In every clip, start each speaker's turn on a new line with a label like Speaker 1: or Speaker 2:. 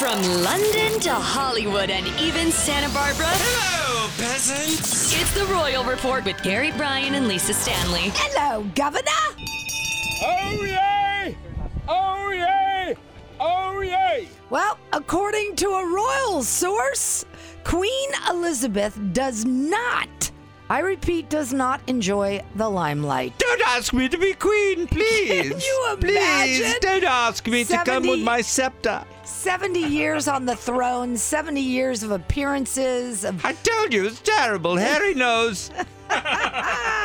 Speaker 1: From London to Hollywood and even Santa Barbara,
Speaker 2: Hello, peasants!
Speaker 1: it's the Royal Report with Gary Bryan and Lisa Stanley.
Speaker 3: Hello, Governor.
Speaker 4: Oh yay! Oh yay! Oh yay!
Speaker 3: Well, according to a royal source, Queen Elizabeth does not, I repeat, does not enjoy the limelight.
Speaker 4: Don't ask me to be queen, please.
Speaker 3: Can you
Speaker 4: please
Speaker 3: imagine?
Speaker 4: don't ask me to come
Speaker 3: 70
Speaker 4: with my scepter.
Speaker 3: 70 years on the throne, 70 years of appearances, of
Speaker 4: I told you it's terrible, hairy nose.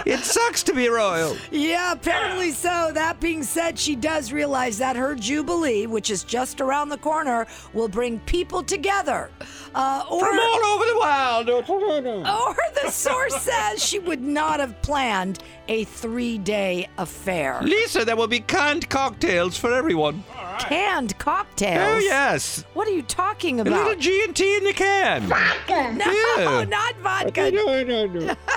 Speaker 4: it sucks to be royal.
Speaker 3: Yeah, apparently so. That being said, she does realize that her Jubilee, which is just around the corner, will bring people together. Uh, or,
Speaker 4: From all over the world.
Speaker 3: or the source says she would not have planned a three day affair.
Speaker 4: Lisa, there will be canned cocktails for everyone.
Speaker 3: Canned cocktails.
Speaker 4: Oh yes,
Speaker 3: What are you talking
Speaker 4: a
Speaker 3: about?
Speaker 4: little G and T in the can.
Speaker 3: no,
Speaker 4: yeah.
Speaker 3: not vodka.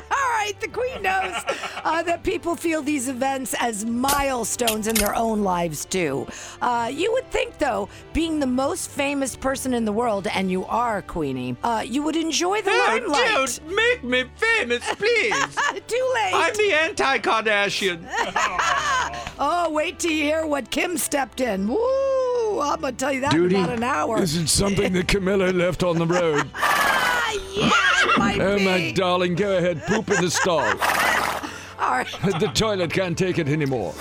Speaker 3: All right, the Queen knows uh, that people feel these events as milestones in their own lives, too. Uh, you would think, though, being the most famous person in the world, and you are, Queenie, uh, you would enjoy the
Speaker 4: Oh,
Speaker 3: limelight. Ah,
Speaker 4: don't make me famous, please.
Speaker 3: Too late.
Speaker 4: I'm the anti-Kardashian.
Speaker 3: oh, wait till you hear what Kim stepped in. Woo! I'm going to tell you that in about an hour.
Speaker 5: Isn't something that Camilla left on the road?
Speaker 3: Ah, yeah, it might
Speaker 5: oh,
Speaker 3: be.
Speaker 5: my darling, go ahead, poop in the stall.
Speaker 3: All right.
Speaker 5: the toilet can't take it anymore.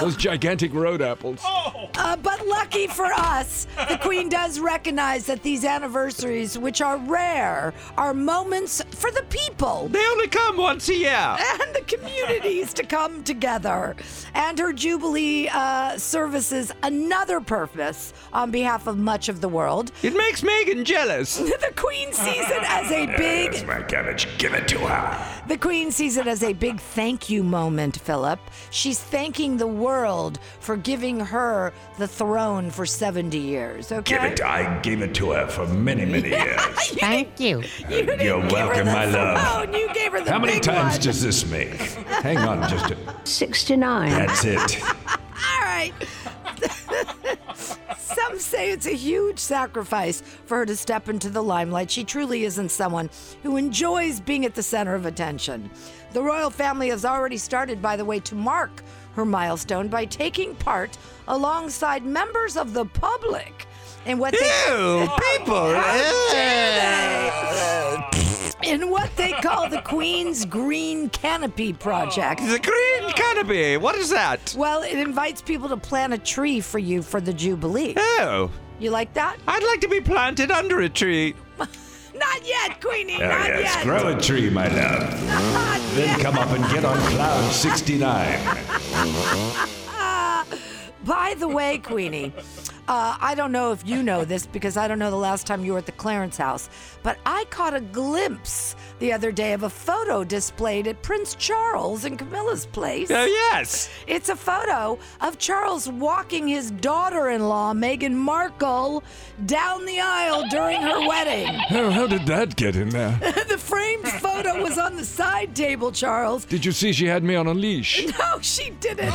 Speaker 5: Those gigantic road apples.
Speaker 3: Uh, but lucky for us, the Queen does recognize that these anniversaries, which are rare, are moments for the people
Speaker 4: They only come once a year.
Speaker 3: and the communities to come together. And her Jubilee uh, services another purpose on behalf of much of the world.
Speaker 4: It makes Megan jealous.
Speaker 3: The Queen sees it as a big
Speaker 5: my cabbage, give it to her.
Speaker 3: The Queen sees it as a big thank you moment, Philip. She's thanking the world for giving her the throne for 70 years, okay?
Speaker 5: I gave it to her for many, many years.
Speaker 3: Thank you. you didn't
Speaker 5: You're
Speaker 3: give her
Speaker 5: welcome,
Speaker 3: the
Speaker 5: my love.
Speaker 3: throne, You gave her the
Speaker 5: How many
Speaker 3: big
Speaker 5: times
Speaker 3: one.
Speaker 5: does this make? Hang on just a...
Speaker 6: 69.
Speaker 5: That's it. Oh,
Speaker 3: All right. Some say it's a huge sacrifice for her to step into the limelight. She truly isn't someone who enjoys being at the center of attention. The royal family has already started, by the way, to mark her milestone by taking part alongside members of the public in what they
Speaker 4: Ew, people. eh?
Speaker 3: in what they call the Queen's Green Canopy
Speaker 5: Oh.
Speaker 3: Project.
Speaker 4: The green canopy. What is that?
Speaker 3: Well, it invites people to plant a tree for you for the Jubilee.
Speaker 4: Oh,
Speaker 3: You like that?
Speaker 4: I'd like to be planted under a tree.
Speaker 3: Not yet, Queenie.
Speaker 5: Oh,
Speaker 3: not
Speaker 5: yes,
Speaker 3: yet.
Speaker 5: grow a tree, my love.
Speaker 3: Not
Speaker 5: Then
Speaker 3: yet.
Speaker 5: come up and get on cloud 69.
Speaker 3: Uh, By the way, Queenie, uh, I don't know if you know this because I don't know the last time you were at the Clarence House, but I caught a glimpse the other day of a photo displayed at Prince Charles in Camilla's place.
Speaker 4: Oh, yes.
Speaker 3: It's a photo of Charles walking his daughter-in-law Meghan Markle down the aisle during her wedding.
Speaker 5: Oh, how did that get in there?
Speaker 3: the framed photo was on the side table, Charles,
Speaker 5: Did you see she had me on a leash?
Speaker 3: No, she didn't.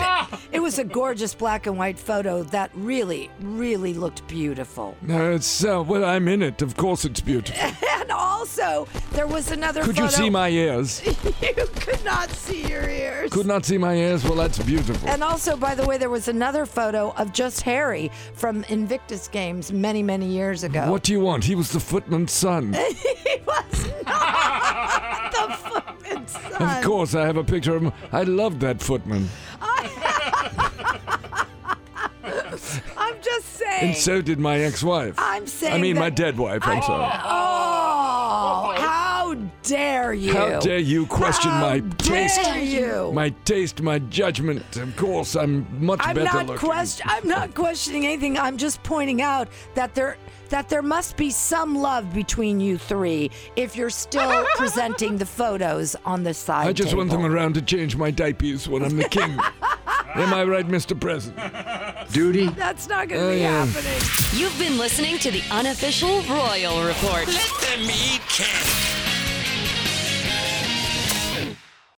Speaker 3: It was a gorgeous black and white photo that really, really looked beautiful.
Speaker 5: No, it's uh, well, I'm in it. Of course, it's beautiful.
Speaker 3: And also, there was another
Speaker 5: Could
Speaker 3: photo.
Speaker 5: you see my ears?
Speaker 3: You could not see your ears.
Speaker 5: Could not see my ears. Well, that's beautiful.
Speaker 3: and also, by the way, there was another photo of just Harry from Invictus Games many, many years ago.
Speaker 5: What do you want? He was the footman's son.
Speaker 3: He was not the fucking
Speaker 5: Of
Speaker 3: son.
Speaker 5: course, I have a picture of him. I love that footman,
Speaker 3: I'm just saying.
Speaker 5: and so did my ex-wife.
Speaker 3: I'm saying.
Speaker 5: I mean,
Speaker 3: that-
Speaker 5: my dead wife. I'm sorry.
Speaker 3: Oh, how dare you?
Speaker 5: How dare you question
Speaker 3: How
Speaker 5: my
Speaker 3: dare
Speaker 5: taste?
Speaker 3: you?
Speaker 5: My taste, my judgment. Of course, I'm much
Speaker 3: I'm
Speaker 5: better
Speaker 3: not
Speaker 5: looking.
Speaker 3: question. I'm not questioning anything. I'm just pointing out that there that there must be some love between you three if you're still presenting the photos on the side.
Speaker 5: I just want them
Speaker 3: table.
Speaker 5: around to change my diapers when I'm the king. Am I right, Mr. President?
Speaker 7: Duty.
Speaker 3: That's not going to
Speaker 5: Oh,
Speaker 3: be
Speaker 5: yeah.
Speaker 3: happening.
Speaker 1: You've been listening to the unofficial Royal Report.
Speaker 2: Let them eat cake.